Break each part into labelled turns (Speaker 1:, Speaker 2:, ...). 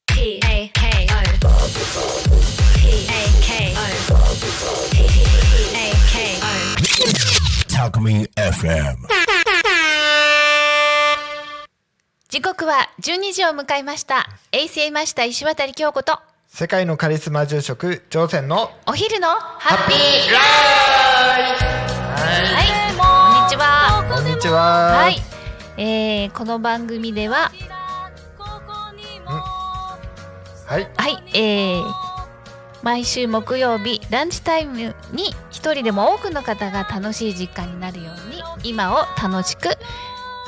Speaker 1: K K O P A K O P A K O
Speaker 2: Talk FM.
Speaker 3: 時刻は12時を迎えました衛星マスター石渡京子と
Speaker 4: 世界のカリスマ住職乗船の
Speaker 3: お昼のハッピーライフはいこんにちは
Speaker 4: こんにちは、
Speaker 3: はい、えー、この番組では
Speaker 4: はい
Speaker 3: はい、えー、毎週木曜日ランチタイムに一人でも多くの方が楽しい時間になるように今を楽しく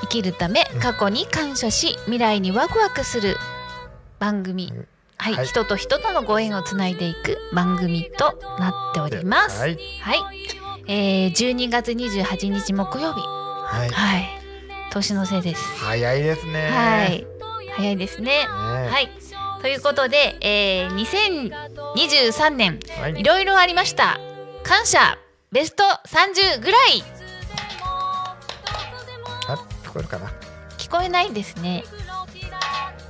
Speaker 3: 生きるため過去に感謝し未来にワクワクする番組
Speaker 4: うん、
Speaker 3: はい
Speaker 4: はい
Speaker 3: 人と人とのご縁をつないでいく番組となっております。
Speaker 4: は
Speaker 3: はい、
Speaker 4: い
Speaker 3: えー、12月28日木曜日、
Speaker 4: はい
Speaker 3: はい、年のせいです。
Speaker 4: 早いですね
Speaker 3: はい、早いですね。
Speaker 4: は
Speaker 3: はいい、ということで、えー、2023年
Speaker 4: はい
Speaker 3: いろいろありました感謝ベスト30ぐらい
Speaker 4: あ聞こえるかな
Speaker 3: 聞こえないですね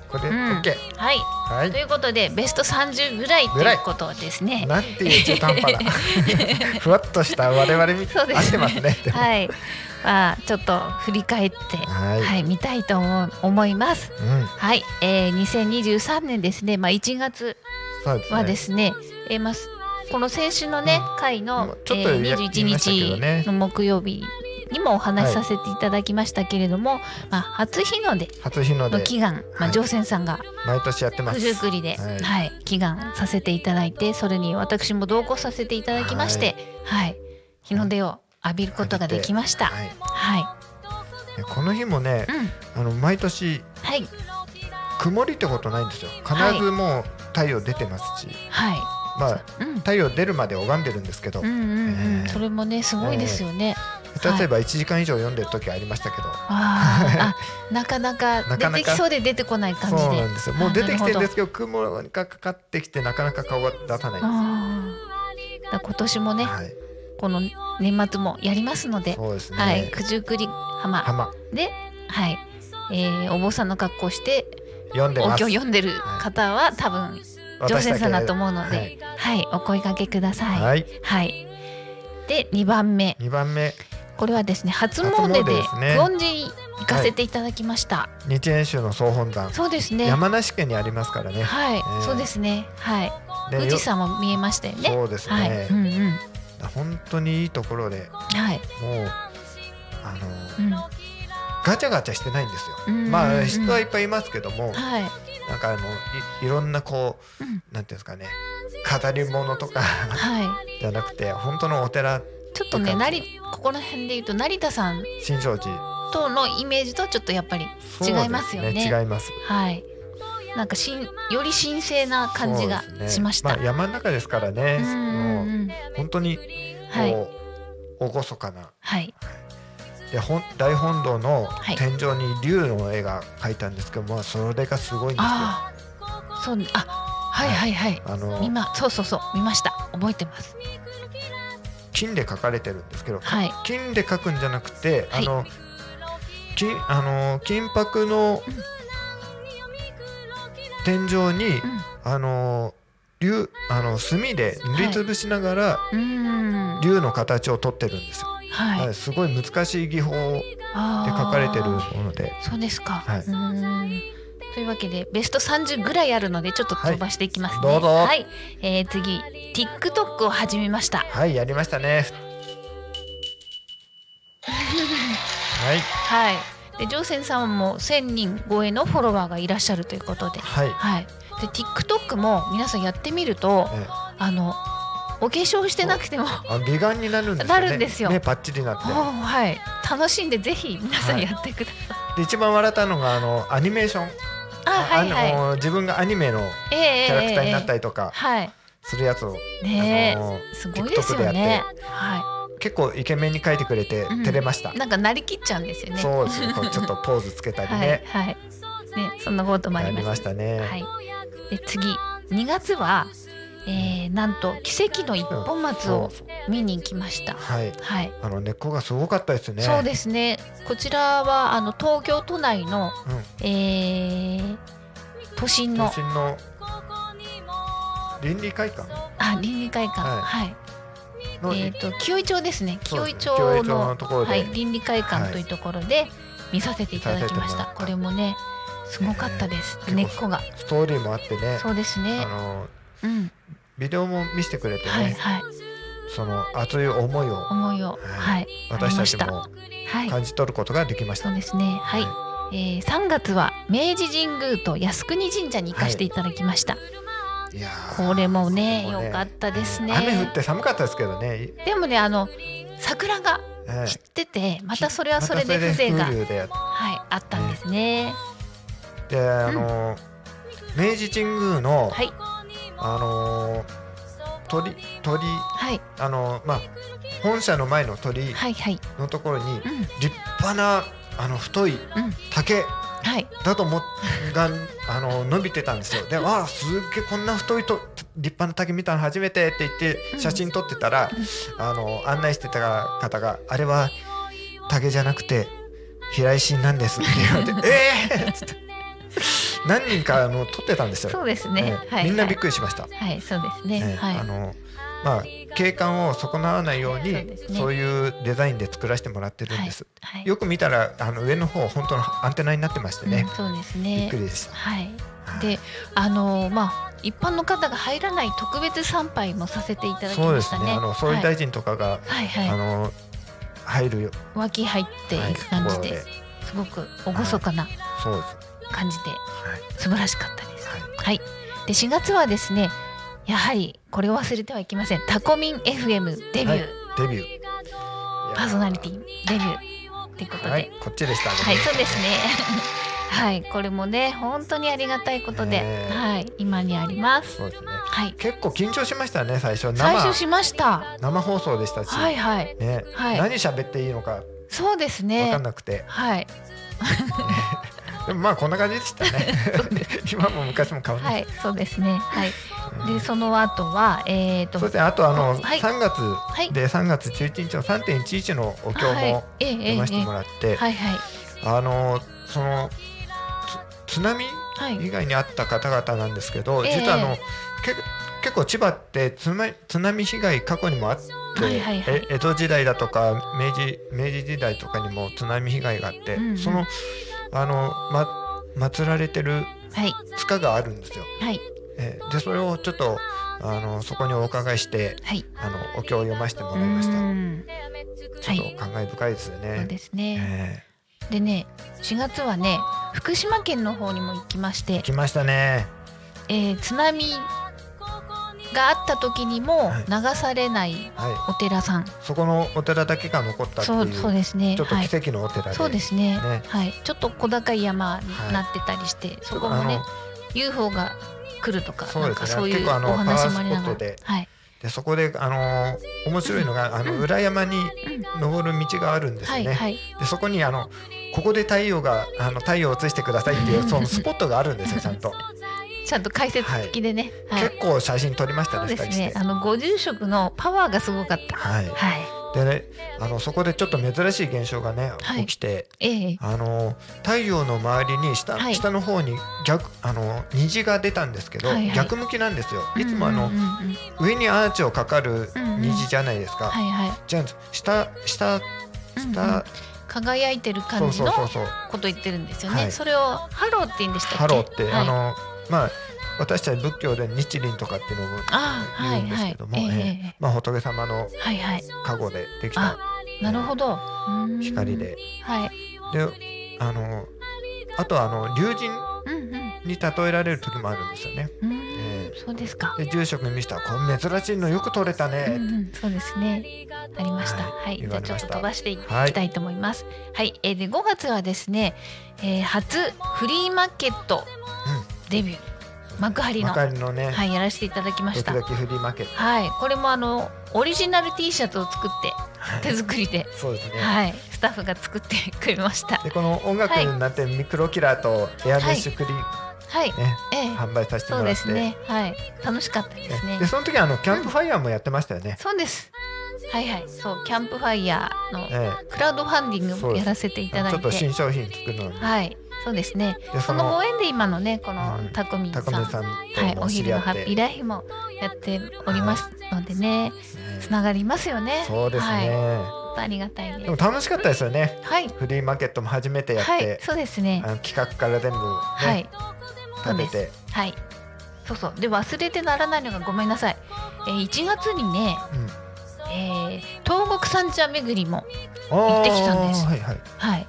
Speaker 4: これで、
Speaker 3: うん
Speaker 4: OK
Speaker 3: はい
Speaker 4: は
Speaker 3: と
Speaker 4: い
Speaker 3: いうことでベスト30ぐらいと
Speaker 4: ぐら
Speaker 3: い
Speaker 4: いう
Speaker 3: ことですね
Speaker 4: なんていう中途半 端なふわっとした我々み
Speaker 3: そうですね
Speaker 4: 合ってますねでも
Speaker 3: はい、まあ、ちょっと振り返って
Speaker 4: は
Speaker 3: はいい、見たいと思う思います
Speaker 4: うん
Speaker 3: はい、えー、2023年ですねまあ1月
Speaker 4: そうですね
Speaker 3: はですね、えーまあすこの先週のね、回
Speaker 4: も
Speaker 3: の
Speaker 4: う、
Speaker 3: え
Speaker 4: ちょっとや
Speaker 3: ー、21
Speaker 4: 言いましたけどね
Speaker 3: 日の木曜日にもお話しさせていただきましたけれども、まあ、初日の出
Speaker 4: 初日の
Speaker 3: の
Speaker 4: 出
Speaker 3: 祈願、まあ、
Speaker 4: はい
Speaker 3: 乗船さんが
Speaker 4: 毎年やってま
Speaker 3: 九
Speaker 4: す
Speaker 3: 十九里で、
Speaker 4: は
Speaker 3: はいい祈願させていただいてそれに私も同行させていただきまして、はい日の出を浴びることができました。
Speaker 4: はい
Speaker 3: はい、
Speaker 4: でこの日もね
Speaker 3: うん
Speaker 4: あの毎年
Speaker 3: はい
Speaker 4: 曇りってことないんですよ必ずもう太陽出てますし、
Speaker 3: はい
Speaker 4: まあ
Speaker 3: うん
Speaker 4: 太陽出るまで拝んでるんですけど、
Speaker 3: うんうんう
Speaker 4: えー
Speaker 3: ん、それもねすごいですよね。
Speaker 4: 例えば1時間以上読んでる時ありましたけど、
Speaker 3: わーあなかなか
Speaker 4: なかなか
Speaker 3: 出てきそうで出てこない感
Speaker 4: そ
Speaker 3: じ
Speaker 4: う
Speaker 3: で
Speaker 4: なんですよもう出てきてるんですけど雲がかかってきてなかなか顔が出さないん
Speaker 3: あーだから今年も
Speaker 4: で
Speaker 3: ね、
Speaker 4: す、はい、
Speaker 3: この年末もやりますので、
Speaker 4: そうですね、
Speaker 3: はい、九十九里浜
Speaker 4: 浜
Speaker 3: で、はい、えーお坊さんの格好して、
Speaker 4: 読んで
Speaker 3: お
Speaker 4: ます
Speaker 3: 経を読んでる方は多分常
Speaker 4: 私
Speaker 3: 先
Speaker 4: け
Speaker 3: さんだと思うので、はい、お声掛けください。はい、
Speaker 4: はい、
Speaker 3: で、二番目、
Speaker 4: 二番目
Speaker 3: これはですね、初
Speaker 4: 初詣
Speaker 3: 詣で
Speaker 4: ですね
Speaker 3: 久遠寺に行かせていただきました。
Speaker 4: 日蓮宗の総本山、
Speaker 3: そうですね。
Speaker 4: 山梨県にありますからね
Speaker 3: はい、
Speaker 4: ー
Speaker 3: そうですね。はい、
Speaker 4: で
Speaker 3: 富士山も見えましたよね。
Speaker 4: そうですね
Speaker 3: はい、うんうん、
Speaker 4: 本当にいいところで
Speaker 3: はい、
Speaker 4: もうあの、
Speaker 3: うん、
Speaker 4: ガチャガチャしてないんですよ、
Speaker 3: うん
Speaker 4: ま
Speaker 3: う
Speaker 4: あ
Speaker 3: ん
Speaker 4: 人はいっぱいいますけども、
Speaker 3: はい、
Speaker 4: なんかあのいいろんなこう、
Speaker 3: うん
Speaker 4: なんていうんですかね飾り物とか
Speaker 3: はい。
Speaker 4: じゃなくて本当のお寺
Speaker 3: ちょっと
Speaker 4: い
Speaker 3: ね、
Speaker 4: う
Speaker 3: な
Speaker 4: 感じ
Speaker 3: り、ここら辺で言うと、成田さん
Speaker 4: 新勝寺
Speaker 3: とのイメージと、ちょっとやっぱり
Speaker 4: そうで
Speaker 3: 違いますよね
Speaker 4: 違います
Speaker 3: はい。なんかしんより神聖な感じが
Speaker 4: そうですね
Speaker 3: しました。
Speaker 4: あ、山の中ですからね
Speaker 3: うんうん
Speaker 4: も
Speaker 3: うん
Speaker 4: う本当にこう、
Speaker 3: はい
Speaker 4: 厳かな
Speaker 3: はい
Speaker 4: で本大本堂の
Speaker 3: はい
Speaker 4: 天井に竜の絵が描いたんですけど、まあ、それがすごいんですよあ
Speaker 3: ああそうねあはいはいはい。
Speaker 4: の
Speaker 3: 今そうそうそう見ました覚えてます。
Speaker 4: 金で描かれてるんですけど、
Speaker 3: はい
Speaker 4: 金で描くんじゃなくて、
Speaker 3: はい
Speaker 4: あの金あの金箔の
Speaker 3: うん
Speaker 4: 天井に、あの竜あの墨で塗りつぶしながら、
Speaker 3: うんうん
Speaker 4: 竜の形を取ってるんですよ、
Speaker 3: は
Speaker 4: はいい、すごい難しい技法で
Speaker 3: あー
Speaker 4: 書かれてるもので
Speaker 3: そうですか。
Speaker 4: はいう
Speaker 3: ーんというわけでベスト30ぐらいあるのでちょっと飛ばしていきますね。
Speaker 4: はいどうぞ
Speaker 3: はい、えー、次 TikTok を始めました。
Speaker 4: はいやりましたねはい
Speaker 3: はい。でジョーセンさんも1000人超えのフォロワーがいらっしゃるということで。
Speaker 4: はい、
Speaker 3: はい。で TikTok も皆さんやってみると
Speaker 4: ええ
Speaker 3: あのお化粧してなくても。
Speaker 4: あ美顔になるんですよ
Speaker 3: な
Speaker 4: ね
Speaker 3: るんですよ
Speaker 4: 目パッチリなっ
Speaker 3: おー
Speaker 4: て
Speaker 3: はい、楽しんでぜひ皆さ
Speaker 4: は
Speaker 3: ん
Speaker 4: い
Speaker 3: やってください。
Speaker 4: で一番笑ったのがあのアニメーション
Speaker 3: あ、はいはい。
Speaker 4: の自分がアニメの
Speaker 3: ええ
Speaker 4: キャラクターになった
Speaker 3: り
Speaker 4: りとか
Speaker 3: はい。
Speaker 4: するやつを、
Speaker 3: ねえ
Speaker 4: あの
Speaker 3: すごいですよ
Speaker 4: TikTok でや
Speaker 3: ね。は
Speaker 4: 結構イケメンに描いてくれて
Speaker 3: うん
Speaker 4: 照れました、
Speaker 3: い。なんかなりきっちゃうんですよね。
Speaker 4: そうですねこうちょっとポーズつけたり
Speaker 3: は い
Speaker 4: ね、
Speaker 3: はい。ね、そんなこともあ
Speaker 4: や
Speaker 3: り
Speaker 4: り
Speaker 3: ま
Speaker 4: ま
Speaker 3: し。
Speaker 4: したたね、
Speaker 3: はい。で次、2月は、えー、なんと奇跡の一本松
Speaker 4: そう
Speaker 3: を
Speaker 4: そう
Speaker 3: 見に行きました。
Speaker 4: はい
Speaker 3: はい。
Speaker 4: あの根っこがすごかったですね
Speaker 3: そうですね。こちらはあの東京都内の、
Speaker 4: うん
Speaker 3: えー、都心の
Speaker 4: 都心の倫理会館
Speaker 3: あ倫理会館
Speaker 4: はい
Speaker 3: はい、
Speaker 4: の、
Speaker 3: えっ、と紀尾井町ですね紀
Speaker 4: そう
Speaker 3: 尾井
Speaker 4: で
Speaker 3: 町
Speaker 4: すね紀尾井町
Speaker 3: の
Speaker 4: のところで
Speaker 3: はい、倫理会館というところで見させていただきまし
Speaker 4: 見させてもら
Speaker 3: た
Speaker 4: った
Speaker 3: これもねすごかったです、
Speaker 4: えー
Speaker 3: 根っこが
Speaker 4: ストーリーもあってね
Speaker 3: そうです
Speaker 4: あ
Speaker 3: ね
Speaker 4: の
Speaker 3: うん
Speaker 4: ビデオも見せてくれてね、
Speaker 3: はいはい
Speaker 4: その熱い思いを
Speaker 3: 思いをはい
Speaker 4: 私たちも
Speaker 3: はい
Speaker 4: 感じ取ることができました。
Speaker 3: そうですねはい、えー、3月は明治神宮と靖国神社に行かせていただきました、
Speaker 4: いやー
Speaker 3: これもね
Speaker 4: これも
Speaker 3: 良かったですね
Speaker 4: 雨降って寒かったですけどね。い
Speaker 3: でもねあの桜が
Speaker 4: はい
Speaker 3: 散っててまたそれはそれで風情
Speaker 4: ま
Speaker 3: が、
Speaker 4: たそれで風流で
Speaker 3: はい、あったんですね
Speaker 4: であのー明治神宮の、
Speaker 3: はい
Speaker 4: あのー鳥鳥
Speaker 3: はい
Speaker 4: あのーまあ本社の前の鳥
Speaker 3: はいはい
Speaker 4: のところに
Speaker 3: うん
Speaker 4: 立派なあの太い
Speaker 3: うん
Speaker 4: 竹
Speaker 3: はい
Speaker 4: だと思っがあの伸びてたんですよ。で、わあすっげえこんな太いと立派な竹見たの初めてって言って写真撮ってたら、あの案内してた方があれは竹じゃなくて平石なんですって言われてええっつって何人かあの撮ってたんです
Speaker 3: そ
Speaker 4: よ。
Speaker 3: うですね、
Speaker 4: ええ
Speaker 3: はい
Speaker 4: みんなびっ
Speaker 3: く
Speaker 4: くりしました。
Speaker 3: はい、はい、そうですね、
Speaker 4: ええ
Speaker 3: はい
Speaker 4: あのまあ景観を損なわないように
Speaker 3: そうですね
Speaker 4: そういうデザインで作らせてもらってるん
Speaker 3: はい
Speaker 4: です。
Speaker 3: はい
Speaker 4: よく見たらあの上の方本当のアンテナになってまして
Speaker 3: うん
Speaker 4: ね、
Speaker 3: そうです
Speaker 4: びっ
Speaker 3: ね
Speaker 4: くりでした。
Speaker 3: はいであのまあ一般の方が入らない特別参拝もさせていただき
Speaker 4: そう
Speaker 3: ま
Speaker 4: で
Speaker 3: し
Speaker 4: す
Speaker 3: たね
Speaker 4: ね。あの総理
Speaker 3: は
Speaker 4: 大
Speaker 3: い
Speaker 4: 臣とかが、
Speaker 3: はいはい
Speaker 4: あの入るよ、
Speaker 3: 脇入っていく感じで、
Speaker 4: はい
Speaker 3: すごく厳かな
Speaker 4: そうです。
Speaker 3: 感じで
Speaker 4: はい
Speaker 3: 素晴らしかったです。
Speaker 4: はい
Speaker 3: はい、で4月はですねやはりこれを忘れてはいけませんタコミン FM デビュー、
Speaker 4: はいデビューいやー。
Speaker 3: パーソナリティデビューってことで、は
Speaker 4: はいい、こっちでしたね。
Speaker 3: そうですね はいこれもね本当にありがたいことで、
Speaker 4: ねえ
Speaker 3: はい、今にあります。
Speaker 4: そうですね。
Speaker 3: はい、
Speaker 4: 結構緊張しましたね最初
Speaker 3: 最
Speaker 4: 生
Speaker 3: 初しました
Speaker 4: 生放送でしたし、
Speaker 3: はいはい
Speaker 4: ね、
Speaker 3: はい
Speaker 4: 何喋っていいのか
Speaker 3: そうです
Speaker 4: 分
Speaker 3: ね
Speaker 4: かんなくて、
Speaker 3: はい
Speaker 4: でもまあこんな感じでした ね。 今も昔も変わらな。
Speaker 3: はいいそうですねはい
Speaker 4: うん
Speaker 3: でその後はえっ、ー、と
Speaker 4: そうですね。あとあの
Speaker 3: はい
Speaker 4: 3
Speaker 3: い
Speaker 4: 月で3月11日の3.11のお経も
Speaker 3: ええええ
Speaker 4: 読ませてもらって、
Speaker 3: はいはい
Speaker 4: あのそのつ津波
Speaker 3: はい
Speaker 4: 以外にあった方々なんですけど、
Speaker 3: ええ
Speaker 4: 実はあのけ結構千葉って津波津波被害過去にもあって、
Speaker 3: はいはいはい
Speaker 4: え江戸時代だとか明治明治時代とかにも津波被害があって、
Speaker 3: うんうん
Speaker 4: そのあのま祀られてる
Speaker 3: はい
Speaker 4: 塚があるんですよ。
Speaker 3: はい
Speaker 4: えでそれをちょっとあのそこにお伺いして
Speaker 3: はい
Speaker 4: あのお経を読ませても
Speaker 3: う
Speaker 4: らいました。
Speaker 3: んは
Speaker 4: ちょっ
Speaker 3: い
Speaker 4: と感慨深いですよね。
Speaker 3: そうですね
Speaker 4: え
Speaker 3: でね4月はね福島県の方にも行きまし
Speaker 4: え
Speaker 3: て、
Speaker 4: 来ましたね。
Speaker 3: えー、津波があった時にも
Speaker 4: はい
Speaker 3: 流されない
Speaker 4: はい。
Speaker 3: お寺さん、
Speaker 4: そこのお寺だけが残ったってい
Speaker 3: そううそうですね
Speaker 4: ちょっと
Speaker 3: はい
Speaker 4: 奇跡のお寺で、
Speaker 3: そうですね
Speaker 4: ね
Speaker 3: はいちょっと小高い山になってたりして、そこも
Speaker 4: あ
Speaker 3: ね
Speaker 4: の
Speaker 3: UFO が来るとか、
Speaker 4: そう
Speaker 3: な
Speaker 4: ですね
Speaker 3: んかそうい
Speaker 4: 結
Speaker 3: うお
Speaker 4: 構あの
Speaker 3: 話もありながら
Speaker 4: パワースポットで
Speaker 3: はい
Speaker 4: でそこであのー面白いのがあの裏山に
Speaker 3: うん
Speaker 4: 登る道があるんですよ
Speaker 3: は
Speaker 4: ね。
Speaker 3: いはい
Speaker 4: でそこにあのここで太陽があの太陽を映してくださいっていうそのスポットがあるんですよ ちゃんと。
Speaker 3: ちゃんと解説付きでね、はい
Speaker 4: 結構写真撮りました
Speaker 3: そうで
Speaker 4: ね。
Speaker 3: す
Speaker 4: 二人し
Speaker 3: ね
Speaker 4: て
Speaker 3: あのご住職のパワーがすごかった
Speaker 4: はい。
Speaker 3: は
Speaker 4: でねあのそこでちょっと珍しい現象がね
Speaker 3: はい
Speaker 4: 起きて。
Speaker 3: いええ
Speaker 4: あの太陽の周りに下,、
Speaker 3: はい
Speaker 4: 下の方に逆あの虹が出たんですけど、
Speaker 3: はいはい
Speaker 4: 逆向きなんですよいつもあの、
Speaker 3: うんうんうんうん
Speaker 4: 上にアーチをかかる虹じゃないですか、
Speaker 3: はいはい
Speaker 4: じゃあ下下
Speaker 3: うんうん
Speaker 4: 下、
Speaker 3: 輝いてる
Speaker 4: そ
Speaker 3: 感
Speaker 4: う
Speaker 3: じ
Speaker 4: そう
Speaker 3: の
Speaker 4: そうそう
Speaker 3: こと言ってるんですよね。
Speaker 4: はい
Speaker 3: それをハローって言うんでしたっけ？
Speaker 4: ハローって、
Speaker 3: はい
Speaker 4: あのまあ私たち仏教で日輪とかっていうのを
Speaker 3: あーは
Speaker 4: 言
Speaker 3: い
Speaker 4: うんです
Speaker 3: は
Speaker 4: け
Speaker 3: い
Speaker 4: ども、
Speaker 3: ええ
Speaker 4: ええ
Speaker 3: え
Speaker 4: まあ、仏様の
Speaker 3: えはいはい
Speaker 4: 加護でできた
Speaker 3: なるほどうーん
Speaker 4: 光で、
Speaker 3: はい
Speaker 4: であのあとはあの龍神
Speaker 3: うんうん
Speaker 4: に例えられる時もあるんですよね。
Speaker 3: うーん
Speaker 4: ええ
Speaker 3: そうですか。
Speaker 4: で住職に見せたらこれ珍しいのよく撮れたね、
Speaker 3: うんうん、そうですね。ありました。
Speaker 4: はい
Speaker 3: はい、
Speaker 4: 言
Speaker 3: じゃ
Speaker 4: わ
Speaker 3: あ
Speaker 4: れ
Speaker 3: ちょ
Speaker 4: ま
Speaker 3: っ
Speaker 4: し
Speaker 3: と
Speaker 4: た
Speaker 3: 飛ばしていき
Speaker 4: はい
Speaker 3: たいと思います。はい、えーで5月はですね、えー初フリーマーケットデビュー、幕張の
Speaker 4: 幕張のね、
Speaker 3: はいやらせていただきまし
Speaker 4: ドキ
Speaker 3: た。
Speaker 4: ドキフリーマーケット、
Speaker 3: はい、これもあのオリジナル T シャツを作って手作りで、
Speaker 4: そうですね、
Speaker 3: はい、スタッフが作ってくれました。
Speaker 4: でこの音楽になってミクロキラーとエアメッシュクリーン、
Speaker 3: はい、
Speaker 4: ね
Speaker 3: ええ、
Speaker 4: 販売させて
Speaker 3: そ
Speaker 4: も
Speaker 3: う
Speaker 4: ら
Speaker 3: で
Speaker 4: って
Speaker 3: すね。はい、楽しかったで
Speaker 4: ね
Speaker 3: すね
Speaker 4: で。その時あのキャンプファイヤーもやってましたよね、
Speaker 3: そうです。はいはい、そうキャンプファイヤーの
Speaker 4: え
Speaker 3: クラウドファンディングもやらせてい
Speaker 4: え
Speaker 3: ただ
Speaker 4: ちょ
Speaker 3: い
Speaker 4: っと
Speaker 3: て、
Speaker 4: 新商品作るのに、
Speaker 3: はい、そうですね
Speaker 4: で
Speaker 3: そ
Speaker 4: そ
Speaker 3: の
Speaker 4: の
Speaker 3: ご縁で今のねこの
Speaker 4: うん
Speaker 3: たくみんさ
Speaker 4: たくみ
Speaker 3: ん
Speaker 4: さん
Speaker 3: はい、
Speaker 4: と
Speaker 3: お
Speaker 4: も知
Speaker 3: 昼
Speaker 4: り合
Speaker 3: の
Speaker 4: っ
Speaker 3: ハッピー
Speaker 4: て、
Speaker 3: ライフもやっておりますのでね、つ
Speaker 4: ね
Speaker 3: ながりますよね。
Speaker 4: そうです
Speaker 3: はい、
Speaker 4: ね、
Speaker 3: 本当ありがたいで
Speaker 4: でも
Speaker 3: す。
Speaker 4: 楽しかったですよね
Speaker 3: はい、
Speaker 4: フリーマーケットも初めてやって、
Speaker 3: はい、そうですね
Speaker 4: あ。の企画から全部、ね
Speaker 3: はい、そう
Speaker 4: 食べ
Speaker 3: です
Speaker 4: て
Speaker 3: はい。そうそう、で忘れてならないのがごめんなさい。えー、1月にね、
Speaker 4: うん
Speaker 3: えー、東国三茶巡りも、行
Speaker 4: 行
Speaker 3: ってきたんです
Speaker 4: はいはい
Speaker 3: はい。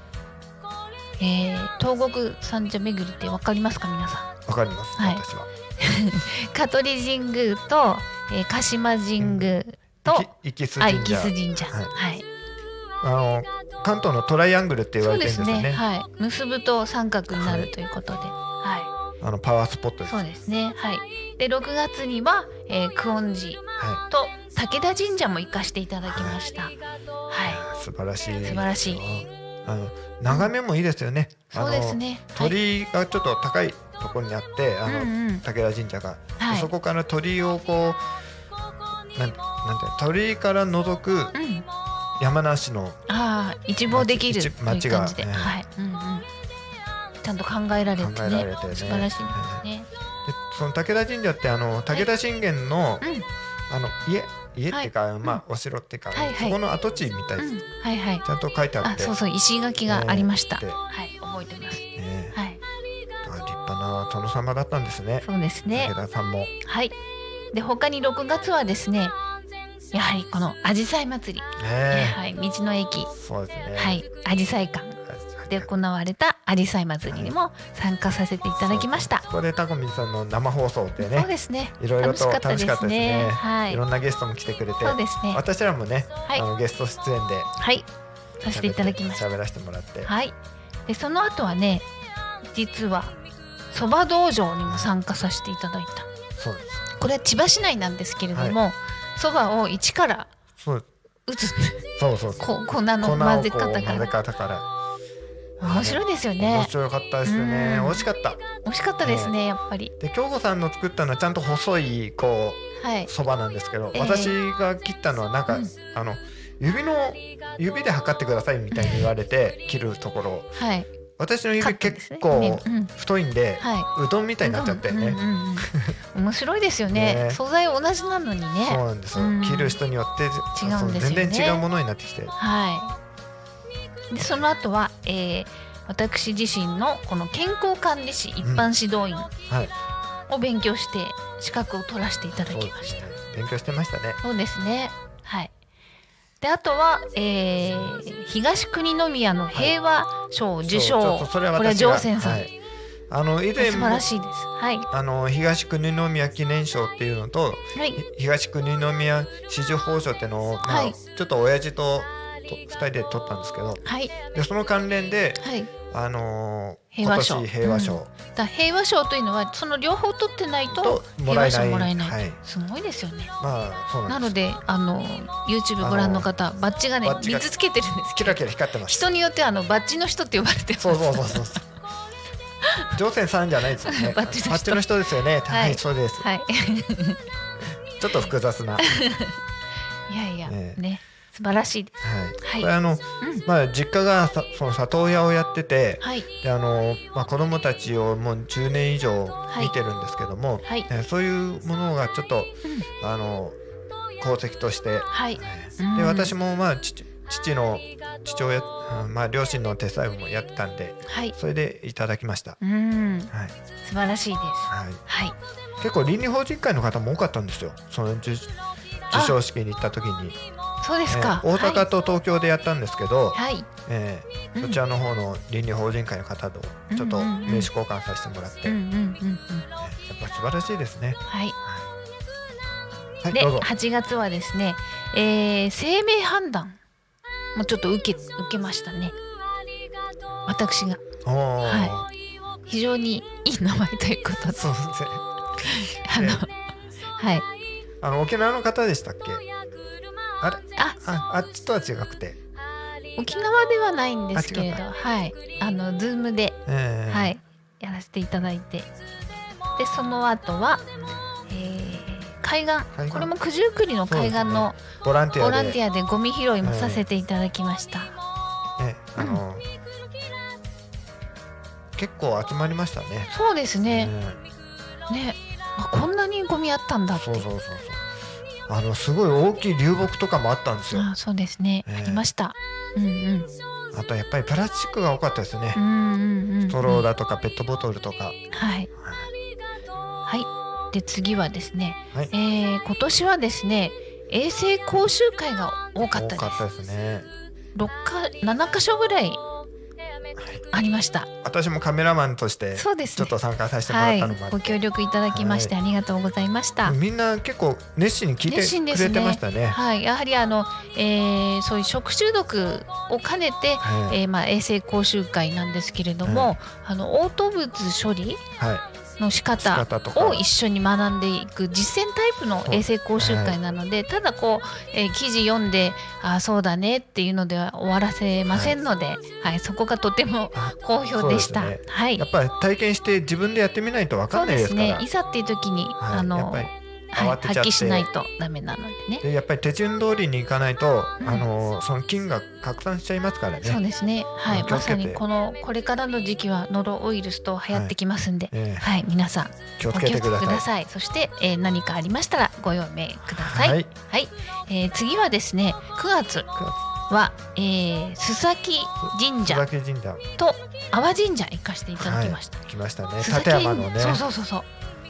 Speaker 3: えー、東国三茶巡りってわかりますか皆さ
Speaker 4: わかります、
Speaker 3: はい
Speaker 4: 私は
Speaker 3: ん。香取神宮と、えー、鹿島神宮と、
Speaker 4: いきす
Speaker 3: あ、
Speaker 4: 神
Speaker 3: いき
Speaker 4: 社
Speaker 3: す神社。
Speaker 4: はい
Speaker 3: はい
Speaker 4: あの関東のトライアングルって言わ
Speaker 3: そう
Speaker 4: れて
Speaker 3: で
Speaker 4: るんで
Speaker 3: す
Speaker 4: すよね
Speaker 3: ね。はい、結ぶと三角になるということで、は
Speaker 4: あのパワースポット
Speaker 3: い、
Speaker 4: です
Speaker 3: そうですね。はい。で6月には、えー、久遠寺
Speaker 4: は
Speaker 3: と武田神社も行かしていただきました。はい
Speaker 4: 素晴らしい
Speaker 3: い、素晴らしい。
Speaker 4: あの眺めもいいですよね、あ
Speaker 3: そう
Speaker 4: の
Speaker 3: ですね。はい。
Speaker 4: 鳥居がちょっと高いところにあってあ
Speaker 3: うん
Speaker 4: の、
Speaker 3: うん。
Speaker 4: 武田神社が、
Speaker 3: はい。
Speaker 4: そこから鳥居をこうなんなんていうの鳥居から覗く
Speaker 3: うん。
Speaker 4: 山梨の
Speaker 3: ああ、一望できる
Speaker 4: 街
Speaker 3: という感じで、
Speaker 4: 街がね
Speaker 3: はい。うんうん。ちゃんと考えられて
Speaker 4: 考
Speaker 3: ね、
Speaker 4: えられてね
Speaker 3: 素晴らしい
Speaker 4: はい
Speaker 3: ね。
Speaker 4: でその武田神社ってあの武田信玄の、
Speaker 3: うん
Speaker 4: あの家家っていうか、まあ、お城っていうか、
Speaker 3: はいはい
Speaker 4: そこの跡地みたいです、
Speaker 3: うん。はいはい
Speaker 4: ち。ゃんと書いてあっ
Speaker 3: あ、
Speaker 4: て
Speaker 3: そうそう、石垣がありました。
Speaker 4: ね
Speaker 3: はい、覚えてます。
Speaker 4: ね
Speaker 3: はい、
Speaker 4: だから立派な殿様だったんですね
Speaker 3: そうですね。
Speaker 4: 武田さんも
Speaker 3: はい。で他に6月はですね、やはりこの紫陽花祭り、
Speaker 4: ね
Speaker 3: はい、道の駅、
Speaker 4: そうですね
Speaker 3: はい、紫陽花館で行われた紫陽花祭りにも参加させていただきました。
Speaker 4: そこでタコミンさんの生放送
Speaker 3: そ
Speaker 4: で
Speaker 3: う
Speaker 4: ね
Speaker 3: ですね。
Speaker 4: いろいろと楽しかったですね
Speaker 3: はいい。
Speaker 4: ろんなゲストも来てくれて
Speaker 3: そうですね。
Speaker 4: 私らもね、
Speaker 3: はい
Speaker 4: あのゲスト出演で
Speaker 3: はい。させていただきました。
Speaker 4: 喋らせてもらって、
Speaker 3: はい。でその後はね、実はそば道場にも参加させていただいた。
Speaker 4: そうです
Speaker 3: これは千葉市内なんですけれども、そばを一から
Speaker 4: そう
Speaker 3: 打 つ
Speaker 4: そうそうそう
Speaker 3: こ粉の
Speaker 4: 粉を
Speaker 3: 混ぜ
Speaker 4: こう
Speaker 3: 方
Speaker 4: 混ぜ
Speaker 3: が
Speaker 4: 方から
Speaker 3: 面白いですよね
Speaker 4: 面白かったですね
Speaker 3: うん
Speaker 4: 美味しかった
Speaker 3: 美味しかったですねやっぱり
Speaker 4: で京子さんの作ったのはちゃんと細いこ
Speaker 3: はい、
Speaker 4: うそばなんですけど、
Speaker 3: ええ
Speaker 4: 私が切ったのはなんか、
Speaker 3: うん
Speaker 4: あの指の指で測ってくださいみたいに言われて切るところ
Speaker 3: はい、
Speaker 4: 私の
Speaker 3: カッ
Speaker 4: 指
Speaker 3: トです
Speaker 4: 結
Speaker 3: ね
Speaker 4: 構
Speaker 3: 麺うん、
Speaker 4: 太いんで、
Speaker 3: は
Speaker 4: うどんみた
Speaker 3: い
Speaker 4: いになっちゃったよね、
Speaker 3: うんうんうんうん面白いですよね
Speaker 4: ね
Speaker 3: 素材同じなのに
Speaker 4: そう
Speaker 3: ね
Speaker 4: なんですよ、
Speaker 3: うん
Speaker 4: 切る人によって
Speaker 3: 違うんですよね
Speaker 4: そう全然違うものになってきて
Speaker 3: はいでその後は、えー私自身のこの健康管理士一般指導員
Speaker 4: はい
Speaker 3: を勉強して資格を取らせていただ
Speaker 4: そう
Speaker 3: き
Speaker 4: で
Speaker 3: まし
Speaker 4: す
Speaker 3: た
Speaker 4: ね勉強してましたね
Speaker 3: そうですね。はい。であとは、えー、東国宮の平和賞受賞、
Speaker 4: そうちょっとそれは
Speaker 3: これは
Speaker 4: 私が
Speaker 3: 常先さん、
Speaker 4: はい、あの以
Speaker 3: 素
Speaker 4: 前
Speaker 3: 晴
Speaker 4: も
Speaker 3: らしいです。はい
Speaker 4: あの東国宮記念賞っていうのと
Speaker 3: はい
Speaker 4: ひ東国宮紫綬褒章っていうのを、まあ
Speaker 3: はい
Speaker 4: ちょっと親父とと2人で取ったんですけど
Speaker 3: はい
Speaker 4: でその関連で、
Speaker 3: はい。
Speaker 4: あのー
Speaker 3: 平和賞
Speaker 4: 今年平和賞
Speaker 3: だ平和賞というのはその両方取ってないと
Speaker 4: とも
Speaker 3: 平
Speaker 4: ら
Speaker 3: 和
Speaker 4: えな
Speaker 3: 賞
Speaker 4: い
Speaker 3: もらえない。
Speaker 4: はい、
Speaker 3: すごいですよね。
Speaker 4: まあそう
Speaker 3: な
Speaker 4: な
Speaker 3: ん
Speaker 4: で
Speaker 3: の
Speaker 4: す
Speaker 3: であの YouTube ご覧の方バッジがね
Speaker 4: バッジが
Speaker 3: 3つつけてるんですけ
Speaker 4: キ
Speaker 3: ど
Speaker 4: ラキラ光ってます
Speaker 3: 人によってはあのバッジの人って呼ばれてます。
Speaker 4: そうそうそうそうそう上船さんじゃないですよね
Speaker 3: バッチの人
Speaker 4: バの人ですよね
Speaker 3: はい
Speaker 4: はい、そうです、
Speaker 3: はい。
Speaker 4: ちょっと複雑な、はい、
Speaker 3: いやいや、
Speaker 4: ええ
Speaker 3: ね素晴らしいです。はい
Speaker 4: これあの、
Speaker 3: うん
Speaker 4: まあ実家がさその里親をやってて、
Speaker 3: はい
Speaker 4: であのまあ、子供たちをもう10年以上見てるんですけども、
Speaker 3: はい
Speaker 4: えーそういうものがちょっと、あの功績として、
Speaker 3: はい。
Speaker 4: えー
Speaker 3: うん
Speaker 4: で私も、まあ、父父の父親、うんまあ、両親の手伝いもやってたんで
Speaker 3: はい。
Speaker 4: それでいただきました、
Speaker 3: うん、
Speaker 4: はい
Speaker 3: 素晴らしいです。
Speaker 4: はい、
Speaker 3: はい。
Speaker 4: 結構倫理法人会の方も多かったんですよその授授賞式に行った時に、
Speaker 3: そうですか。
Speaker 4: えー大阪と東京でやったんですけど、
Speaker 3: はい。はい。
Speaker 4: えー
Speaker 3: うん
Speaker 4: そちらの方の倫理法人会の方とちょっと
Speaker 3: うんうんうん
Speaker 4: 名刺交換させてもらって、
Speaker 3: うんうんうんうん。
Speaker 4: やっぱ素晴らしいですね。
Speaker 3: はい。
Speaker 4: はい、はい、
Speaker 3: で、
Speaker 4: どうぞ。
Speaker 3: 8月はですね、えー、生命判断もちょっと受け受けましたね。私が
Speaker 4: おおー、
Speaker 3: は非常にいい名前ということで、
Speaker 4: そうですね。
Speaker 3: あの、はい。
Speaker 4: あの沖縄の方でしたっけ？あれ、
Speaker 3: あ、
Speaker 4: あ、あっちとは違くて、
Speaker 3: 沖縄ではないんですけれ
Speaker 4: あ違
Speaker 3: ど、はい。あのズームで、
Speaker 4: えー、
Speaker 3: は、い、やらせていただいて、でその後は、えー、海
Speaker 4: 海
Speaker 3: 岸、
Speaker 4: 岸
Speaker 3: これも九十九里の海岸の、
Speaker 4: ボランティア
Speaker 3: ボ
Speaker 4: で、
Speaker 3: ランテ
Speaker 4: ィ
Speaker 3: ィアでゴミ拾いもさせていただきました。
Speaker 4: ア、ね、あの、結構集まりましたね。
Speaker 3: そうですね。
Speaker 4: うん
Speaker 3: ね。あこんなにゴミあったんだって。
Speaker 4: そうそうそうそう。あのすごい大きい流木とかもあったんですよ。
Speaker 3: あそうですね、
Speaker 4: ええ
Speaker 3: ありました。うんうん。
Speaker 4: あとやっぱりプラスチックが多かったですね
Speaker 3: う。んうんうんうん。
Speaker 4: ストローだとかペットボトルとか。
Speaker 3: はい。はい。で次はですね、
Speaker 4: はい
Speaker 3: えー今年はですね衛生講習会が多かったです。
Speaker 4: 多かったですね。
Speaker 3: 六か七箇所ぐらいありました。
Speaker 4: 私もカメラマンとして
Speaker 3: そうです
Speaker 4: ちょ
Speaker 3: ね
Speaker 4: っ。と参加させても
Speaker 3: は
Speaker 4: らっ
Speaker 3: い
Speaker 4: たのもあっ、て
Speaker 3: ご協力いただきましてありがとうございました。
Speaker 4: みんな結構熱心に聞いて
Speaker 3: 熱心で
Speaker 4: く
Speaker 3: す
Speaker 4: れ
Speaker 3: ね
Speaker 4: てましたね。
Speaker 3: はい、やはりあの、えーそういう食中毒を兼ねて、
Speaker 4: はい
Speaker 3: えーまあ衛生講習会なんですけれども、あの嘔吐物処理
Speaker 4: はい。
Speaker 3: の仕
Speaker 4: 仕
Speaker 3: 方
Speaker 4: 方とか。
Speaker 3: を一緒に学んでいく実践タイプの衛生講習会なので、ただこう、えー記事読んでああそうだねっていうのでは終わらせませんので、はい、そこがとても
Speaker 4: あ
Speaker 3: 好評でした。
Speaker 4: そうですね
Speaker 3: はい
Speaker 4: やっ。ぱり体験して自分でやってみないとわかんないですから。
Speaker 3: いざっていう時に、
Speaker 4: はい
Speaker 3: あの、
Speaker 4: や
Speaker 3: は
Speaker 4: っ
Speaker 3: い、
Speaker 4: ぱり慌てち
Speaker 3: 発
Speaker 4: ゃって
Speaker 3: 揮しないとダメなのでね。
Speaker 4: でやっぱり手順通りにいかないと、
Speaker 3: うん
Speaker 4: あのその菌が拡散しちゃいますからね。
Speaker 3: そうですね。はい、
Speaker 4: 気を
Speaker 3: ま
Speaker 4: つ
Speaker 3: さ
Speaker 4: けて
Speaker 3: にこのこれからの時期はノロウイルスと流行ってきますんで、はい、
Speaker 4: ええ
Speaker 3: 皆さん
Speaker 4: 気
Speaker 3: お
Speaker 4: をつけ
Speaker 3: 気を
Speaker 4: て
Speaker 3: つけ
Speaker 4: くだ
Speaker 3: く
Speaker 4: さい
Speaker 3: だ。さい。そして、えー何かありましたらご用命ください。は
Speaker 4: はいい、
Speaker 3: えー次はですね、9月は、えー、須崎神
Speaker 4: 須
Speaker 3: 社
Speaker 4: 崎神社
Speaker 3: と阿波神社行かせていただきました。
Speaker 4: 来ましたね。
Speaker 3: 須崎
Speaker 4: 立山のね。
Speaker 3: そうそうそうそう。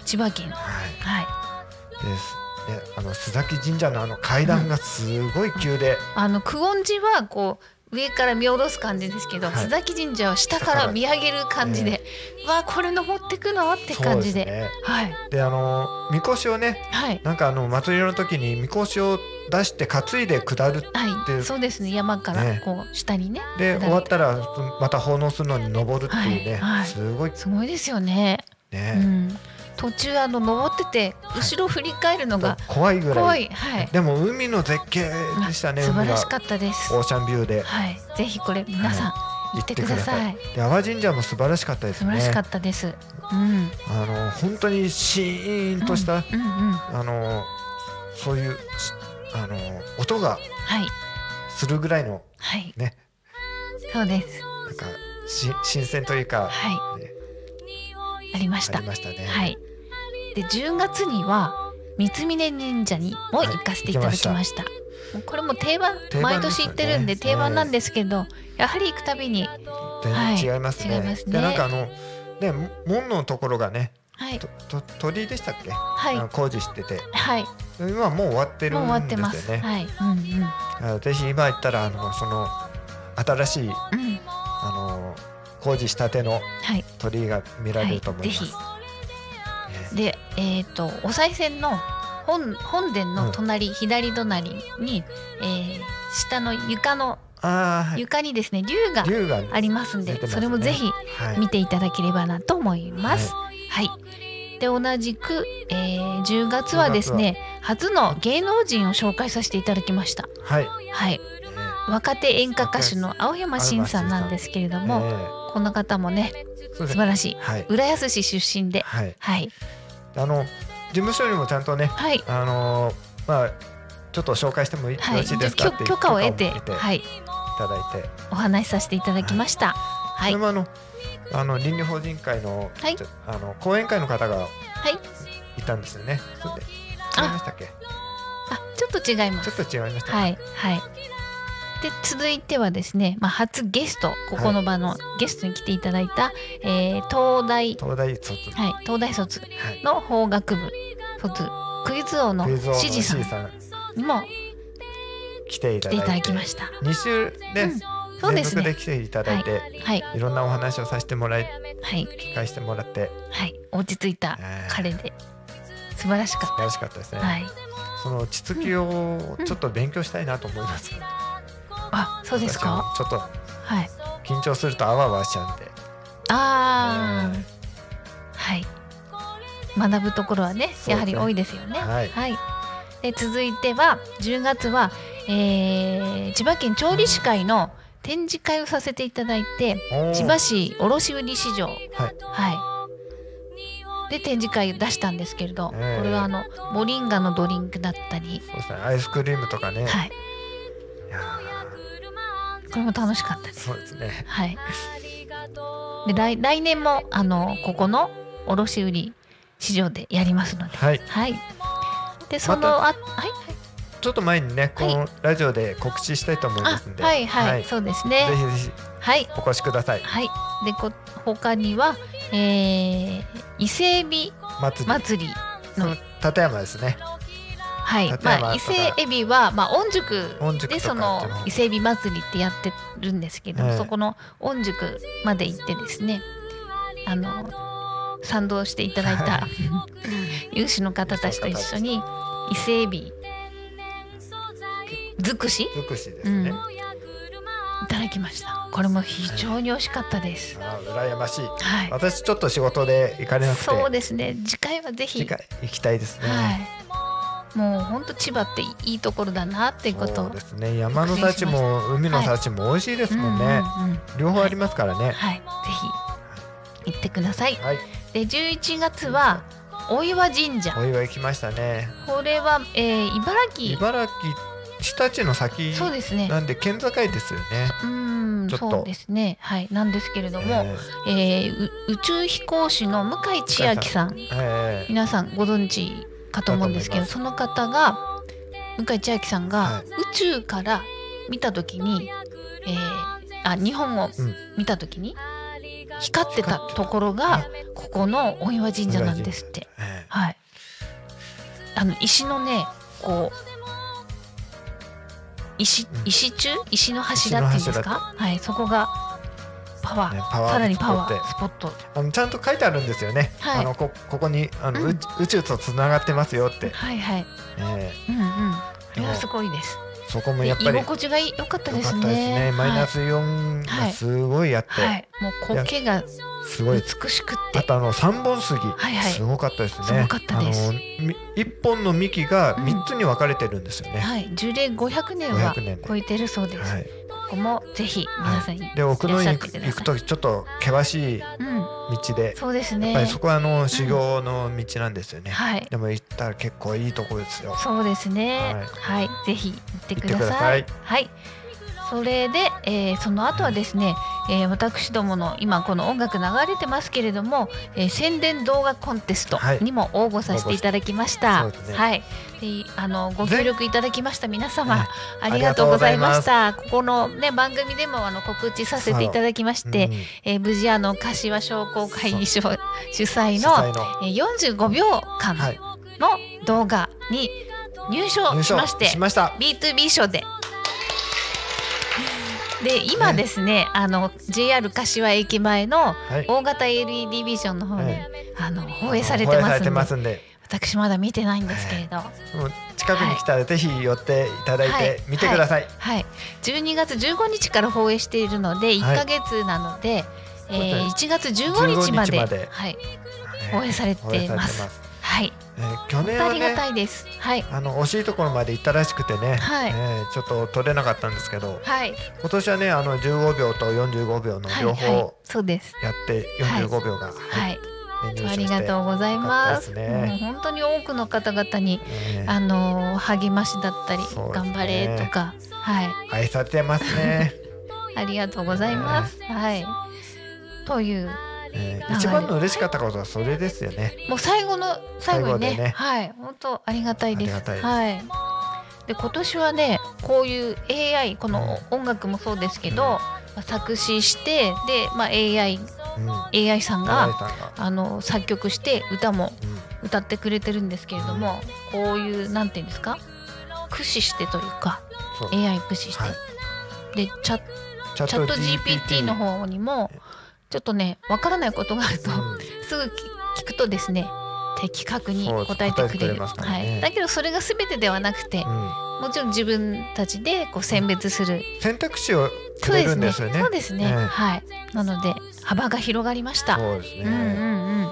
Speaker 3: 千葉県。
Speaker 4: はい。
Speaker 3: はい。
Speaker 4: です。ね、あの須崎神社のあの階段がすごい急で、
Speaker 3: あの九音寺はこう上から見下ろす感じですけど、
Speaker 4: はい
Speaker 3: 須崎神社は下から見上げる感じで、わあこれ登ってくのって
Speaker 4: そう
Speaker 3: 感
Speaker 4: で
Speaker 3: じ
Speaker 4: す
Speaker 3: で
Speaker 4: ね。
Speaker 3: はい
Speaker 4: で、あの神輿をね、
Speaker 3: はい
Speaker 4: なんかあの祭りの時に神輿を出して担いで下る。
Speaker 3: はい
Speaker 4: で
Speaker 3: そうですね山から
Speaker 4: ね
Speaker 3: こう下にね
Speaker 4: で
Speaker 3: 下
Speaker 4: 終わったらまた奉納するのに登るっていうね、
Speaker 3: はいはい
Speaker 4: すごい
Speaker 3: すごいですよね、う
Speaker 4: ね、
Speaker 3: ん、途中あの登ってて後ろ振り返るのが
Speaker 4: 怖いぐらい
Speaker 3: 怖いはい
Speaker 4: でも海の絶景
Speaker 3: あ
Speaker 4: でしたね
Speaker 3: 素晴らし
Speaker 4: 海
Speaker 3: かったです
Speaker 4: がオーシャンビューで
Speaker 3: はいぜひこれ皆さん行ってください
Speaker 4: で阿波神社も素晴らしかったです
Speaker 3: 素
Speaker 4: ね
Speaker 3: 晴らしかったです、うん
Speaker 4: あの本当にシーンとし
Speaker 3: う
Speaker 4: た、
Speaker 3: んうんは
Speaker 4: あのそういうしあの音が
Speaker 3: い
Speaker 4: するぐらいの
Speaker 3: はい
Speaker 4: ね
Speaker 3: そうです
Speaker 4: なんかし新鮮というか、
Speaker 3: はい
Speaker 4: ね
Speaker 3: ありまし
Speaker 4: あ
Speaker 3: た
Speaker 4: り。ましたね。
Speaker 3: はい。で10月には三峯神社にも行かせていただきました。もうこれも定番
Speaker 4: 定
Speaker 3: 毎
Speaker 4: 番です
Speaker 3: 年行
Speaker 4: よね
Speaker 3: ってるんで定番なんですけど、やはり行くたびに、
Speaker 4: 全
Speaker 3: はい
Speaker 4: 然違いますね。
Speaker 3: 違いますね
Speaker 4: でなんかあのねも門のところがね
Speaker 3: はい
Speaker 4: とと鳥居でしたっけ、
Speaker 3: はい
Speaker 4: あの工事してて
Speaker 3: はい、
Speaker 4: 今もう終わってる
Speaker 3: もう終わって
Speaker 4: ん
Speaker 3: ま
Speaker 4: です
Speaker 3: す。
Speaker 4: よね。
Speaker 3: はい、うんうん
Speaker 4: あぜひ今行ったらあのその新し
Speaker 3: う
Speaker 4: い
Speaker 3: ん、
Speaker 4: あの工事したての
Speaker 3: はい
Speaker 4: 鳥居が見ら
Speaker 3: は
Speaker 4: れる
Speaker 3: い
Speaker 4: と思い
Speaker 3: ぜ
Speaker 4: ます。
Speaker 3: ひ
Speaker 4: ね
Speaker 3: でえっ、とお賽銭の本本殿の隣、左隣に、えー下の床の、
Speaker 4: ああ、はい、
Speaker 3: 床にですね龍が
Speaker 4: 龍がね
Speaker 3: ありますんで
Speaker 4: 出てますね
Speaker 3: それもぜひ
Speaker 4: はい
Speaker 3: 見ていただければなと思います。はい、で同じく、えー10月はですね初の芸能人を紹介させていただきました。
Speaker 4: はい、
Speaker 3: はい、
Speaker 4: ね
Speaker 3: 若手演歌歌手の青山新さんなんですけれども、
Speaker 4: ね
Speaker 3: この方もね
Speaker 4: そ
Speaker 3: 素
Speaker 4: うです
Speaker 3: 晴
Speaker 4: ね
Speaker 3: らしい
Speaker 4: はい
Speaker 3: 浦安市出身で、
Speaker 4: はい
Speaker 3: はい
Speaker 4: あの事務所にもちゃんとね
Speaker 3: はい
Speaker 4: あのーまあちょっと紹介してもいい、
Speaker 3: は
Speaker 4: よ
Speaker 3: い、
Speaker 4: ろしいですか
Speaker 3: 許
Speaker 4: っていう
Speaker 3: 許可を得て
Speaker 4: 許可を
Speaker 3: はい
Speaker 4: いただいて、
Speaker 3: お話しさせていただきました。は
Speaker 4: そ
Speaker 3: い
Speaker 4: れもあのあの倫理法人会の、
Speaker 3: はい
Speaker 4: ちょあの講演会の方が
Speaker 3: はい
Speaker 4: いたんですよね。それで
Speaker 3: あ
Speaker 4: 違いましたっけ？
Speaker 3: あちょっと違います
Speaker 4: ちょっと違いました。い。
Speaker 3: はいはい。で続いてはですね、まあ、初ゲストここの場のゲストに来ていただいた、えー東大、
Speaker 4: 東大卒、は
Speaker 3: はい、東大卒
Speaker 4: い。
Speaker 3: の法学部卒クイズ王の
Speaker 4: クイズ王の
Speaker 3: 指
Speaker 4: C
Speaker 3: 示さ
Speaker 4: さ
Speaker 3: ん
Speaker 4: ん
Speaker 3: にも
Speaker 4: 来てい
Speaker 3: 来
Speaker 4: ただ
Speaker 3: て
Speaker 4: い
Speaker 3: い
Speaker 4: て、
Speaker 3: ただきました。
Speaker 4: 二週
Speaker 3: う
Speaker 4: ね、
Speaker 3: んそうですね
Speaker 4: 連続で来ていただいて、い、
Speaker 3: はい
Speaker 4: ろんなお話をさせてもらい、
Speaker 3: はい
Speaker 4: 聞かしてもらって、
Speaker 3: はい落ち着いた
Speaker 4: えー
Speaker 3: 彼で素晴らし
Speaker 4: 素
Speaker 3: か
Speaker 4: 晴らしかったです
Speaker 3: っ
Speaker 4: ね。
Speaker 3: た。はい、
Speaker 4: その落ち着きをちょっと勉強したいなと思います。
Speaker 3: あそうですか。
Speaker 4: 私もちょっ
Speaker 3: はい。
Speaker 4: と緊張するとあわあわしちゃうんで。
Speaker 3: ああ、はい。学ぶところはね、
Speaker 4: すね
Speaker 3: やはり多いですよね。
Speaker 4: はい
Speaker 3: で続いては10月は、えー千葉県調理師会の展示会をさせていただいて、
Speaker 4: おー
Speaker 3: 千葉市卸売市場
Speaker 4: はい。
Speaker 3: はい。で展示会出したんですけれど、
Speaker 4: ええ
Speaker 3: これはあのモリンガのドリンクだったり、
Speaker 4: そうですね。アイスクリームとかね。
Speaker 3: はい。
Speaker 4: いや
Speaker 3: これも楽しかったです。
Speaker 4: そうですね。
Speaker 3: はい。で来来年もあのここの卸売市場でやりますので、
Speaker 4: はい、
Speaker 3: はい。でそ
Speaker 4: ま
Speaker 3: のあ、はい
Speaker 4: ちょっと前にね、このラジオで告知したいと思いま
Speaker 3: あ
Speaker 4: すんで、
Speaker 3: はいはい、そうですね。
Speaker 4: ぜひぜひ
Speaker 3: はい
Speaker 4: お越しください。
Speaker 3: はい。でこ他には、えー、伊勢海老
Speaker 4: 祭り、
Speaker 3: 祭りの
Speaker 4: 立山ですね。
Speaker 3: はい、
Speaker 4: 立山
Speaker 3: まあ、伊
Speaker 4: とか
Speaker 3: 勢エビは、まあ、御宿
Speaker 4: 御宿とか
Speaker 3: でそ
Speaker 4: あっ
Speaker 3: の
Speaker 4: ちの方
Speaker 3: 伊勢エビ祭りってやってるんですけど、
Speaker 4: はい
Speaker 3: そこの御宿まで行ってですねあの賛同していただいた有志の方たちと一緒に伊勢エビ尽くし
Speaker 4: 福祉ですね。
Speaker 3: うんいただきましたこれも非常に美味しかったです、
Speaker 4: あー羨ましい。
Speaker 3: はい、
Speaker 4: 私ちょっと仕事で行かれなくて、
Speaker 3: そうですね次回はぜひ
Speaker 4: 次回行きたいですね。
Speaker 3: はいもうほんと千葉っていいところだなっていうこと
Speaker 4: そ
Speaker 3: を
Speaker 4: うですね。山の幸も海の幸も美味しいですもんね。
Speaker 3: うんうんうん
Speaker 4: 両方ありますからね。
Speaker 3: はい、ぜひ行ってください。
Speaker 4: はい、
Speaker 3: で、11月はお岩神社。
Speaker 4: お祝い来ましたね。
Speaker 3: これは、えー、茨城。
Speaker 4: 茨城日立の先
Speaker 3: そうですね。
Speaker 4: なんで県境ですよね。
Speaker 3: うーん、
Speaker 4: ちょっと
Speaker 3: そうですね。はい、なんですけれども、え
Speaker 4: え
Speaker 3: ーう宇宙飛行士の向井千秋さん、
Speaker 4: ーえ
Speaker 3: 皆さんご存知かと思うんですけど、
Speaker 4: だと
Speaker 3: その方が向井千秋さんが
Speaker 4: は
Speaker 3: 宇
Speaker 4: い
Speaker 3: 宙から見た時に、えーあ、日本を
Speaker 4: うん
Speaker 3: 見た時に光ってたところがここのお岩神社なんですって。
Speaker 4: ーえ
Speaker 3: はい。あの石のね、こう。石
Speaker 4: うん、
Speaker 3: 石柱、石の柱っていうんですか。はい、そこが。パワー、
Speaker 4: ねパワー
Speaker 3: さらにパワ
Speaker 4: スポ
Speaker 3: ー
Speaker 4: ット
Speaker 3: スポット。
Speaker 4: ーあのちゃんと書いてあるんですよね。
Speaker 3: はい
Speaker 4: あのこここにあの、
Speaker 3: うん
Speaker 4: 宇宙宇宙とつながってますよって、
Speaker 3: はいはい、
Speaker 4: え
Speaker 3: うんうん。これはすごいです。
Speaker 4: ーそこも
Speaker 3: で
Speaker 4: やっぱり
Speaker 3: 居
Speaker 4: 良かっ
Speaker 3: 心地がいい良かった
Speaker 4: た
Speaker 3: で
Speaker 4: ですす
Speaker 3: ね。
Speaker 4: ね。マイナ
Speaker 3: は
Speaker 4: ス4がすごいあって、
Speaker 3: い。はい、もう苔が
Speaker 4: すごい。
Speaker 3: 美しく
Speaker 4: あ
Speaker 3: て。
Speaker 4: とあの三本杉、
Speaker 3: いはい
Speaker 4: すごかったですね。
Speaker 3: すごかったです
Speaker 4: あのみ一本の幹が
Speaker 3: うん
Speaker 4: 三つに分かれてるんですよね。
Speaker 3: はい、樹齢500年は
Speaker 4: 500年で
Speaker 3: 超えてるそうです。
Speaker 4: はい。
Speaker 3: ここもぜひ皆さんいらっし
Speaker 4: で奥の
Speaker 3: ゃ
Speaker 4: 院
Speaker 3: っ
Speaker 4: 行
Speaker 3: て
Speaker 4: く
Speaker 3: くだ
Speaker 4: 行
Speaker 3: さ
Speaker 4: く
Speaker 3: い。
Speaker 4: とちょっと険しい
Speaker 3: うん、
Speaker 4: 道で、
Speaker 3: そうです
Speaker 4: やっぱ
Speaker 3: ね
Speaker 4: り。そこはあの修行の道なんですよね。
Speaker 3: はい。
Speaker 4: でも行ったら結構いいとこですよ。
Speaker 3: そうですね。はい、ぜひ行ってくだ
Speaker 4: 行ってくだ
Speaker 3: さ
Speaker 4: さ
Speaker 3: い。
Speaker 4: い
Speaker 3: はい。それで、えーその後はですね、えー私どもの今この音楽流れてますけれども、えー宣伝動画コンテストにも応募させていただきました。
Speaker 4: はい応募しそうですね
Speaker 3: はい。であのご協力いただきました皆様、
Speaker 4: ね
Speaker 3: ありがとうございました。ここのね番組でもあの告知させていただきまして、
Speaker 4: うん
Speaker 3: えー無事あの柏商工会議所主催
Speaker 4: 主
Speaker 3: の
Speaker 4: 催の
Speaker 3: えー45秒間
Speaker 4: はい
Speaker 3: の動画に入賞
Speaker 4: 入
Speaker 3: し
Speaker 4: 賞
Speaker 3: まして
Speaker 4: しました。
Speaker 3: B2B 賞で。で今ですね、あの JR 柏駅前の
Speaker 4: はい。
Speaker 3: 大型 LED ビジョンの方に、
Speaker 4: え
Speaker 3: あの放映されて
Speaker 4: 放映
Speaker 3: ま
Speaker 4: さ
Speaker 3: すんで
Speaker 4: んで、
Speaker 3: 私まだ見てないんですけれど、
Speaker 4: もう近くに来たらぜひ寄っていただい
Speaker 3: はい
Speaker 4: て見てください。
Speaker 3: はい、12月15日から放映しているので1
Speaker 4: はい
Speaker 3: ヶ月なので、え
Speaker 4: そう
Speaker 3: ー
Speaker 4: で
Speaker 3: 1月15日まで
Speaker 4: 15日まで
Speaker 3: はい
Speaker 4: ね
Speaker 3: 放映されてます
Speaker 4: 放映されてます
Speaker 3: はい、
Speaker 4: えー去
Speaker 3: 本
Speaker 4: 年
Speaker 3: 当あ
Speaker 4: は
Speaker 3: りが
Speaker 4: ね
Speaker 3: たいです。はい
Speaker 4: あの惜しいところまで行ったらしくてね、
Speaker 3: はい
Speaker 4: えーちょっと取れなかったんですけど
Speaker 3: はい
Speaker 4: 今年はねあの15秒と45秒の
Speaker 3: はい
Speaker 4: 両
Speaker 3: はい
Speaker 4: 方
Speaker 3: そうです。
Speaker 4: やって
Speaker 3: はい
Speaker 4: 45秒が、
Speaker 3: はいい。
Speaker 4: 入賞
Speaker 3: あ
Speaker 4: して
Speaker 3: りがとうございます。
Speaker 4: よかったですね
Speaker 3: もう本当に多くの方々に、
Speaker 4: えー
Speaker 3: あの励ましだったり、
Speaker 4: そうですね
Speaker 3: 頑張れとか、はい、
Speaker 4: 愛されてま すね、
Speaker 3: ありがとうございます。はい。という、流
Speaker 4: え
Speaker 3: れ
Speaker 4: ー一番の嬉しかったことはそれですよね
Speaker 3: もう最後の最後にね、
Speaker 4: 最後でね
Speaker 3: はい、本当ありがたいです。
Speaker 4: ありがたいです
Speaker 3: はい。で今年はね、こういう AI この音楽もそうですけど、
Speaker 4: うん
Speaker 3: まあ作詞してで、まあ AI
Speaker 4: うん
Speaker 3: AI さん
Speaker 4: 愛
Speaker 3: が
Speaker 4: さんが、
Speaker 3: あの作曲して歌も
Speaker 4: うん
Speaker 3: 歌ってくれてるんですけれども、こういうなんていうんですか駆使してというか
Speaker 4: そう
Speaker 3: AI 駆使して、
Speaker 4: はい
Speaker 3: でチャ
Speaker 4: チャ
Speaker 3: チャット GPT の方にもちょっとねわからないことがあると、
Speaker 4: うん
Speaker 3: すぐき聞くとですね的確に答えてく
Speaker 4: そう答えてく
Speaker 3: れ
Speaker 4: れ
Speaker 3: る、
Speaker 4: ますから
Speaker 3: は
Speaker 4: ね
Speaker 3: い、だけどそれが全てではなくて、
Speaker 4: うん
Speaker 3: もちろん自分たちでこう選別する、
Speaker 4: 選択肢をく
Speaker 3: そう
Speaker 4: れ
Speaker 3: です
Speaker 4: るん
Speaker 3: ね
Speaker 4: ですよね
Speaker 3: そうですね、
Speaker 4: ええ
Speaker 3: はいなので幅が広がりました
Speaker 4: そうですね、
Speaker 3: うんうんうん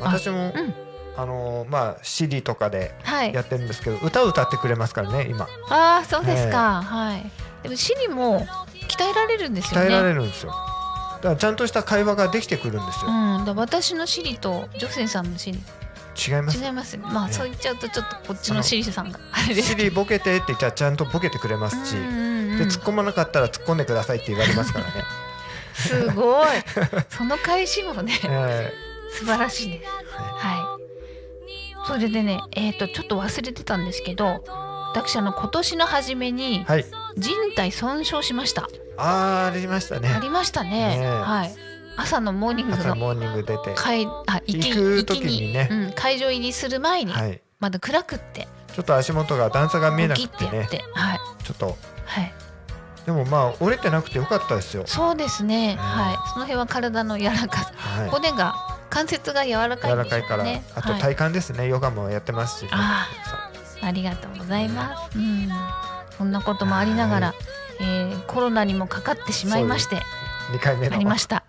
Speaker 4: 私も
Speaker 3: うん
Speaker 4: あのーまあ CD とかで
Speaker 3: はい
Speaker 4: やってるんですけど、歌を歌ってくれますからね今
Speaker 3: ああそうですか、はいでもシリも鍛えられるんですよ
Speaker 4: 鍛
Speaker 3: ね
Speaker 4: えられるんですよだからちゃんとした会話ができてくるんですよ、
Speaker 3: うん、だ私のシリとジョセンさんのシリ
Speaker 4: 違います
Speaker 3: 違いますねまあ
Speaker 4: ね
Speaker 3: そう言っちゃうとちょっとこっちのシリさんがあれです
Speaker 4: シリボケてって言ったらちゃんとボケてくれますし、
Speaker 3: うんうんうん
Speaker 4: で突っ込まなかったら突っ込んでくださいって言われますからね
Speaker 3: す ごい。その返しもね、
Speaker 4: え
Speaker 3: 素晴らしいです。はい。それでね、えっ、とちょっと忘れてたんですけど、私あの今年の初めに
Speaker 4: ーはい。
Speaker 3: 人体損傷しました。
Speaker 4: あーありましたね。
Speaker 3: ありましたね。
Speaker 4: ねえ
Speaker 3: はい。朝のモーニング
Speaker 4: 朝
Speaker 3: の
Speaker 4: モーニング出て。は
Speaker 3: 会あ行き
Speaker 4: 行く時にね
Speaker 3: 行きうん、会場入りする前に、
Speaker 4: い。
Speaker 3: まだ暗くって
Speaker 4: ちょっと足元が段差が見えな
Speaker 3: 起
Speaker 4: く
Speaker 3: きって
Speaker 4: て
Speaker 3: やっ
Speaker 4: ね。
Speaker 3: て、はい
Speaker 4: ちょっと
Speaker 3: はい。
Speaker 4: でもまあ折れてなくてよかったですよ。
Speaker 3: そうですね。
Speaker 4: ん
Speaker 3: はい。その辺は体の柔らかさ、
Speaker 4: はい。
Speaker 3: 骨が関節が柔らかい
Speaker 4: 柔
Speaker 3: んで
Speaker 4: ら
Speaker 3: す
Speaker 4: かいか
Speaker 3: よ
Speaker 4: ら
Speaker 3: ね。。
Speaker 4: あと
Speaker 3: はい、
Speaker 4: 体幹ですね。ヨガもやってますしね。
Speaker 3: あ
Speaker 4: そ
Speaker 3: ありがとうございます。うん。そんなこともありながら、えーコロナにもかかってしまいまして、
Speaker 4: う二回目の。
Speaker 3: ありました。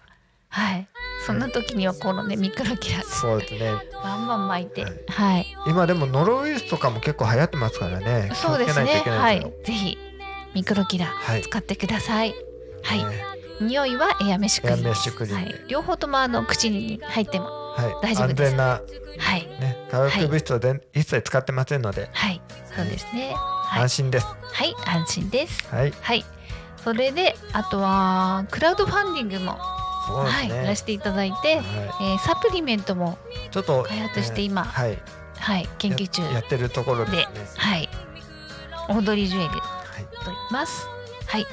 Speaker 3: はい。そんな時にはこのねミクロキラ
Speaker 4: そうですね。
Speaker 3: バンバン巻いて、
Speaker 4: はい
Speaker 3: はい。
Speaker 4: 今でもノロウイルスとかも結構流行ってますからね。
Speaker 3: そうです
Speaker 4: 気を
Speaker 3: ね
Speaker 4: つ。けな
Speaker 3: はい
Speaker 4: といけない
Speaker 3: い
Speaker 4: です
Speaker 3: ぜ
Speaker 4: よ。
Speaker 3: ひミクロキラ
Speaker 4: はい
Speaker 3: 使ってください。はい。
Speaker 4: ね
Speaker 3: 匂いはエアメシクリーン。
Speaker 4: エアメシクリーン
Speaker 3: は
Speaker 4: で
Speaker 3: い。両方ともあの口に入っても、
Speaker 4: はい。
Speaker 3: 大丈夫
Speaker 4: 安
Speaker 3: です
Speaker 4: 全な
Speaker 3: はい。
Speaker 4: ね化学物質をで一切使ってませんので
Speaker 3: はい、そうですね。はい
Speaker 4: 安、心です。
Speaker 3: はい、安心です。
Speaker 4: はい。
Speaker 3: はい、それであとはクラウドファンディングも、
Speaker 4: そうです
Speaker 3: はい、
Speaker 4: ね。
Speaker 3: やらせていただいて、
Speaker 4: は
Speaker 3: えーサプリメントも
Speaker 4: い。ちょっと
Speaker 3: 開発して今
Speaker 4: えーはい。
Speaker 3: はい研究中
Speaker 4: ややってるところです
Speaker 3: で
Speaker 4: ね。、
Speaker 3: はい、オードリージュエルと
Speaker 4: はい。
Speaker 3: 言います。はい、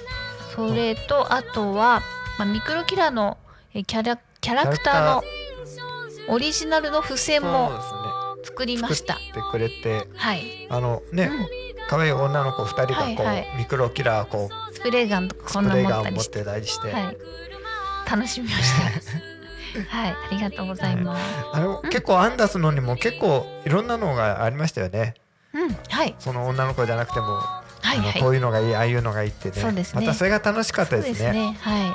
Speaker 3: それとあとはまあミクロキラーのえーキャラキャラクターのオリジナルの付箋も
Speaker 4: そ
Speaker 3: 作りました。
Speaker 4: うですね。でくれて
Speaker 3: はい、
Speaker 4: あの
Speaker 3: う
Speaker 4: ね
Speaker 3: ん、
Speaker 4: 可愛い女の子二人がこう、
Speaker 3: はいは
Speaker 4: ミクロキラーこう
Speaker 3: スプレーガンとか
Speaker 4: ス
Speaker 3: こ
Speaker 4: プ
Speaker 3: んな
Speaker 4: レー
Speaker 3: 持
Speaker 4: ガ
Speaker 3: っ
Speaker 4: ン
Speaker 3: た
Speaker 4: を
Speaker 3: り
Speaker 4: 持
Speaker 3: し。
Speaker 4: っててたりして、
Speaker 3: はい。楽しみました。 はい、ありがとうございます。
Speaker 4: あれも結構編んだすのにも結構いろんなのがありましたよね。
Speaker 3: うん、はい、
Speaker 4: その女の子じゃなくても、
Speaker 3: はい、
Speaker 4: あの
Speaker 3: はい。
Speaker 4: こういうのがいいああいうのがいいってね。
Speaker 3: そうですね
Speaker 4: またそれが楽しかった
Speaker 3: そう
Speaker 4: です
Speaker 3: で
Speaker 4: ね。
Speaker 3: すね。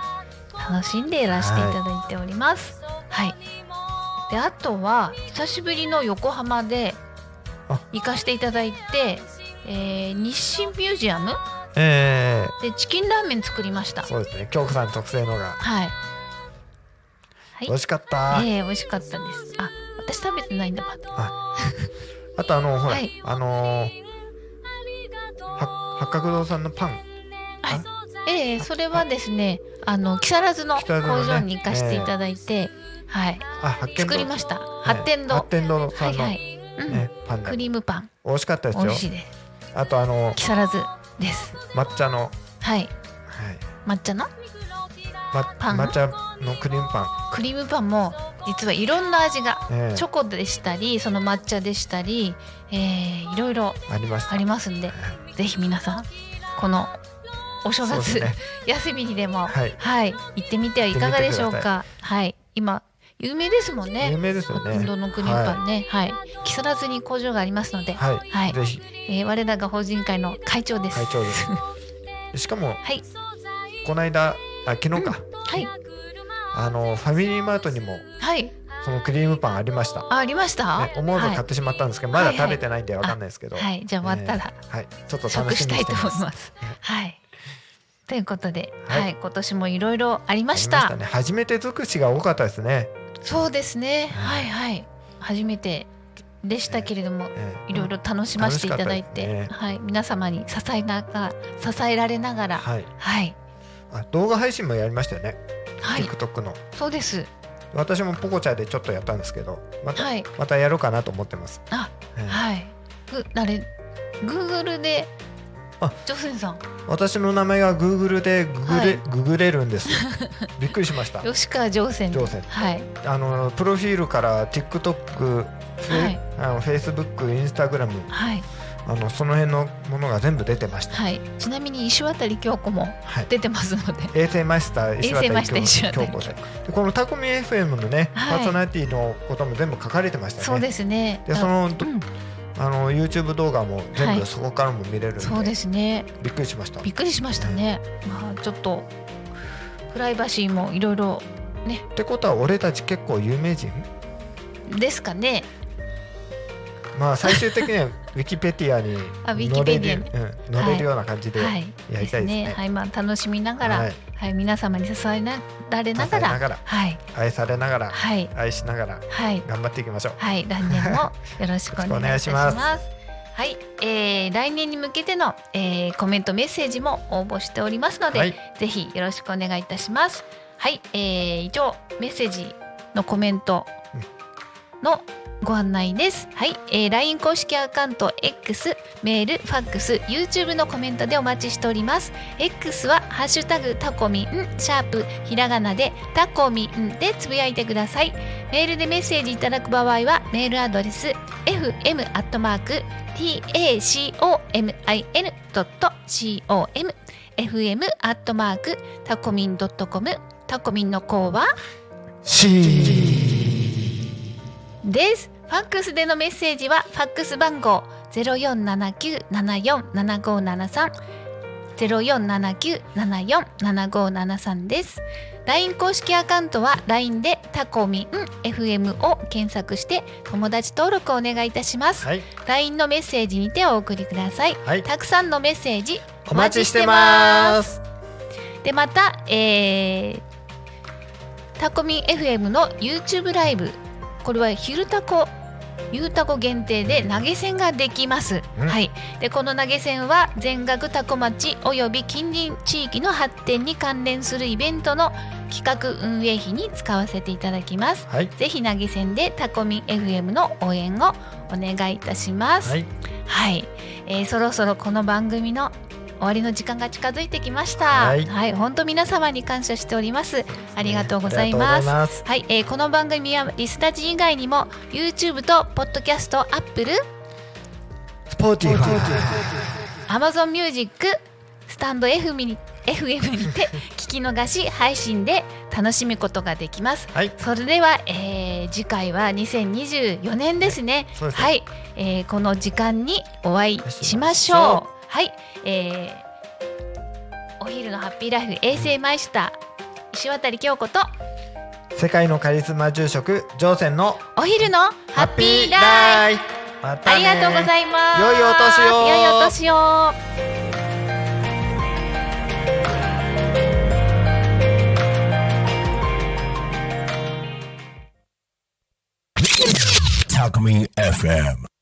Speaker 3: はい。楽しんでいらしていただいております。はい。で、あとは久しぶりの横浜で
Speaker 4: あ
Speaker 3: 行かしていただいて、えー日清ミュージアム
Speaker 4: ええ
Speaker 3: でチキンラーメン作りました。
Speaker 4: そうですね。京子さん特製のが
Speaker 3: はい。はい
Speaker 4: 美味しかった。
Speaker 3: えー、美味しかったです。あ、私食べてないんだまだ。
Speaker 4: あとあのほら、
Speaker 3: はい
Speaker 4: あのーは八角堂さんのパン
Speaker 3: ええそれはですねあの木更津の工
Speaker 4: 木更津のね
Speaker 3: 場に行かせていただいて、はい
Speaker 4: あ発見堂
Speaker 3: 作りました発展堂、
Speaker 4: 発展堂
Speaker 3: は
Speaker 4: さ
Speaker 3: い
Speaker 4: んの、
Speaker 3: はい、うん
Speaker 4: ねパンだ
Speaker 3: クリームパン
Speaker 4: 美味しかったです
Speaker 3: 美
Speaker 4: よ
Speaker 3: 味しいです
Speaker 4: あとあの
Speaker 3: 木更津です
Speaker 4: 抹茶の、
Speaker 3: はい
Speaker 4: はい
Speaker 3: 抹茶の
Speaker 4: ま、
Speaker 3: パン
Speaker 4: 抹茶のクリームパ
Speaker 3: クリームパンも実はいろんな味が
Speaker 4: ン、ええ
Speaker 3: チョコでしたりその抹茶でしたり、えーいろいろ
Speaker 4: ありました
Speaker 3: ありますんでぜひ皆さんこのお正
Speaker 4: そうです
Speaker 3: 月、
Speaker 4: ね
Speaker 3: 休みにでも
Speaker 4: はい
Speaker 3: はい、行ってみてはいかがでしょうか。はい、今有名ですもんね。
Speaker 4: 有名ですよね
Speaker 3: 運動のクリームパンね、はい、木更津に工場がありますので、
Speaker 4: はい、
Speaker 3: はい
Speaker 4: ぜひ
Speaker 3: えー我らが法人会の会長です。
Speaker 4: 会 長ですしかも
Speaker 3: はい、
Speaker 4: この間あ昨日か、
Speaker 3: はい、
Speaker 4: あのファミリーマートにも
Speaker 3: はい、
Speaker 4: そのクリームパンありました、
Speaker 3: あありました。
Speaker 4: ね、思わず買ってしまったんですけど、
Speaker 3: は
Speaker 4: ま
Speaker 3: い
Speaker 4: だ食べてないんでわかんないですけど、
Speaker 3: はい、はい、じゃあ終わったら、
Speaker 4: はいちょっと楽
Speaker 3: 食
Speaker 4: し
Speaker 3: し
Speaker 4: み
Speaker 3: た
Speaker 4: に
Speaker 3: い
Speaker 4: して
Speaker 3: と
Speaker 4: ま
Speaker 3: 思
Speaker 4: す
Speaker 3: います。はい、ということで、は、
Speaker 4: はいい
Speaker 3: 今年もいろいろあり
Speaker 4: あ
Speaker 3: ま
Speaker 4: り
Speaker 3: した。
Speaker 4: ね初めて尽くしが多かったですね、
Speaker 3: そうですね、は、
Speaker 4: はい
Speaker 3: はい、初めてでしたけれども、
Speaker 4: ええ
Speaker 3: いろいろ楽しませていただいて、
Speaker 4: 楽しかったですね
Speaker 3: はい、皆様に支えながら支えられながら、はい、
Speaker 4: はい
Speaker 3: はい、
Speaker 4: あ動画配信もやりましたよね、TikTok の
Speaker 3: そうです。
Speaker 4: 私もポコチャでちょっとやったんですけどまた、
Speaker 3: はい、
Speaker 4: またやろうかなと思ってます、
Speaker 3: あ、
Speaker 4: ええ
Speaker 3: はい。ぐ、あれ、Google で
Speaker 4: あ、
Speaker 3: ジョセンさん、
Speaker 4: 私の名前が Google でググれ、
Speaker 3: はい
Speaker 4: ググれるんですよびっくりしました
Speaker 3: 吉川ジョセン、
Speaker 4: ジョセン
Speaker 3: はい、
Speaker 4: あのプロフィールから TikTok フェ、
Speaker 3: はい
Speaker 4: あの Facebook インスタグラム
Speaker 3: はい、
Speaker 4: あのその辺のものが全部出てました、
Speaker 3: はい。ちなみに石渡京子も
Speaker 4: はい、
Speaker 3: 出てますので、
Speaker 4: 衛星マスター石
Speaker 3: 衛星マ
Speaker 4: 渡
Speaker 3: スター石
Speaker 4: 京
Speaker 3: 渡
Speaker 4: 京子ででこのタコミ FM のね、
Speaker 3: はい
Speaker 4: パーソナリティのことも全部書かれてましたね
Speaker 3: そうですね。
Speaker 4: でそ
Speaker 3: あ
Speaker 4: の、
Speaker 3: うん、
Speaker 4: あの YouTube 動画も
Speaker 3: は
Speaker 4: 全
Speaker 3: い
Speaker 4: 部そこからも見れるんで,、
Speaker 3: そうですね。
Speaker 4: びっくりしました
Speaker 3: びっくりしましたね。まあちょっとプライバシーもいろいろ
Speaker 4: ってことは俺たち結構有名人
Speaker 3: ですかね。
Speaker 4: まあ最終的にはウィキペディアに
Speaker 3: あウィキ
Speaker 4: 載
Speaker 3: ペ
Speaker 4: れ
Speaker 3: ディア
Speaker 4: る
Speaker 3: に
Speaker 4: うん載れるような感じで
Speaker 3: はい、
Speaker 4: やりたいですね
Speaker 3: はい、まあ楽しみながら、は
Speaker 4: はいい、
Speaker 3: 皆様に支えなられな
Speaker 4: 支
Speaker 3: が
Speaker 4: え
Speaker 3: ら、
Speaker 4: ながら
Speaker 3: はい、
Speaker 4: 愛されながら
Speaker 3: はい、
Speaker 4: 愛しながら
Speaker 3: はい、
Speaker 4: 頑張っていきましょう
Speaker 3: はい、来年 もよろしくお願いいたしま
Speaker 4: よろ
Speaker 3: す。
Speaker 4: しくお願
Speaker 3: はい、えー、来年に向けての、えー、コメントメッセージも応募しておりますので、
Speaker 4: はい
Speaker 3: ぜひよろしくお願いいたします。はい、えー、以上メッセージのコメントのご案内です。はい、えー、LINE 公式アカウント X、メール、ファックス、YouTube のコメントでお待ちしております。X はハッシュタグタコミン、シャープひらがなでタコミンでつぶやいてください。メールでメッセージいただく場合はメールアドレス fm アットマーク tacomin.com fm アットマークタコミン .com タコミンの項は
Speaker 4: C
Speaker 3: です。ファックスでのメッセージはファックス番号ゼロ四七九七四七五七三ゼロ四七九七四七五七三です。LINE 公式アカウントは LINE でタコミン FM を検索して友達登録をお願いいたします。
Speaker 4: はい、
Speaker 3: LINE のメッセージにてお送りください。
Speaker 4: はい
Speaker 3: たくさんのメッセージ。
Speaker 4: お待ちしてますす
Speaker 3: でまた、えー、タコミン FM の YouTube ライブこれは昼タコゆうたこ限定で投げ銭ができます、
Speaker 4: うん
Speaker 3: はい、でこの投げ銭は全額タコ町および近隣地域の発展に関連するイベントの企画運営費に使わせていただきます
Speaker 4: はい
Speaker 3: ぜひ投げ銭でタコミン FM の応援をお願いいたします
Speaker 4: は
Speaker 3: はい、
Speaker 4: い
Speaker 3: えーそろそろこの番組の終わりの時間が近づいてきました
Speaker 4: はい
Speaker 3: はい、本当皆様に感謝しておりますあ
Speaker 4: あ
Speaker 3: りがとうございます
Speaker 4: りがとうございます
Speaker 3: はい、えーこの番組はリスタジ以外にも YouTube と Podcast、Apple、
Speaker 4: Spotify
Speaker 3: Amazon Music、スタンド F に FM に て聞き逃し配信で楽しむことができます。
Speaker 4: はい
Speaker 3: それでは、えー次回は2024年ですね。
Speaker 4: そうですね
Speaker 3: はい、えーこの時間にお会いしまし
Speaker 4: しまし
Speaker 3: ょう。
Speaker 4: ょ
Speaker 3: はい、えーお昼のハッピーライフ衛星マイスター石渡京子と
Speaker 4: 世界のカリスマ住職乗船の
Speaker 3: お昼のハッピーライフ。
Speaker 4: ライフまた
Speaker 3: あり
Speaker 4: ね
Speaker 3: がとうございます。
Speaker 4: 良いお年を
Speaker 3: 良いお年を。
Speaker 2: Talk Me FM.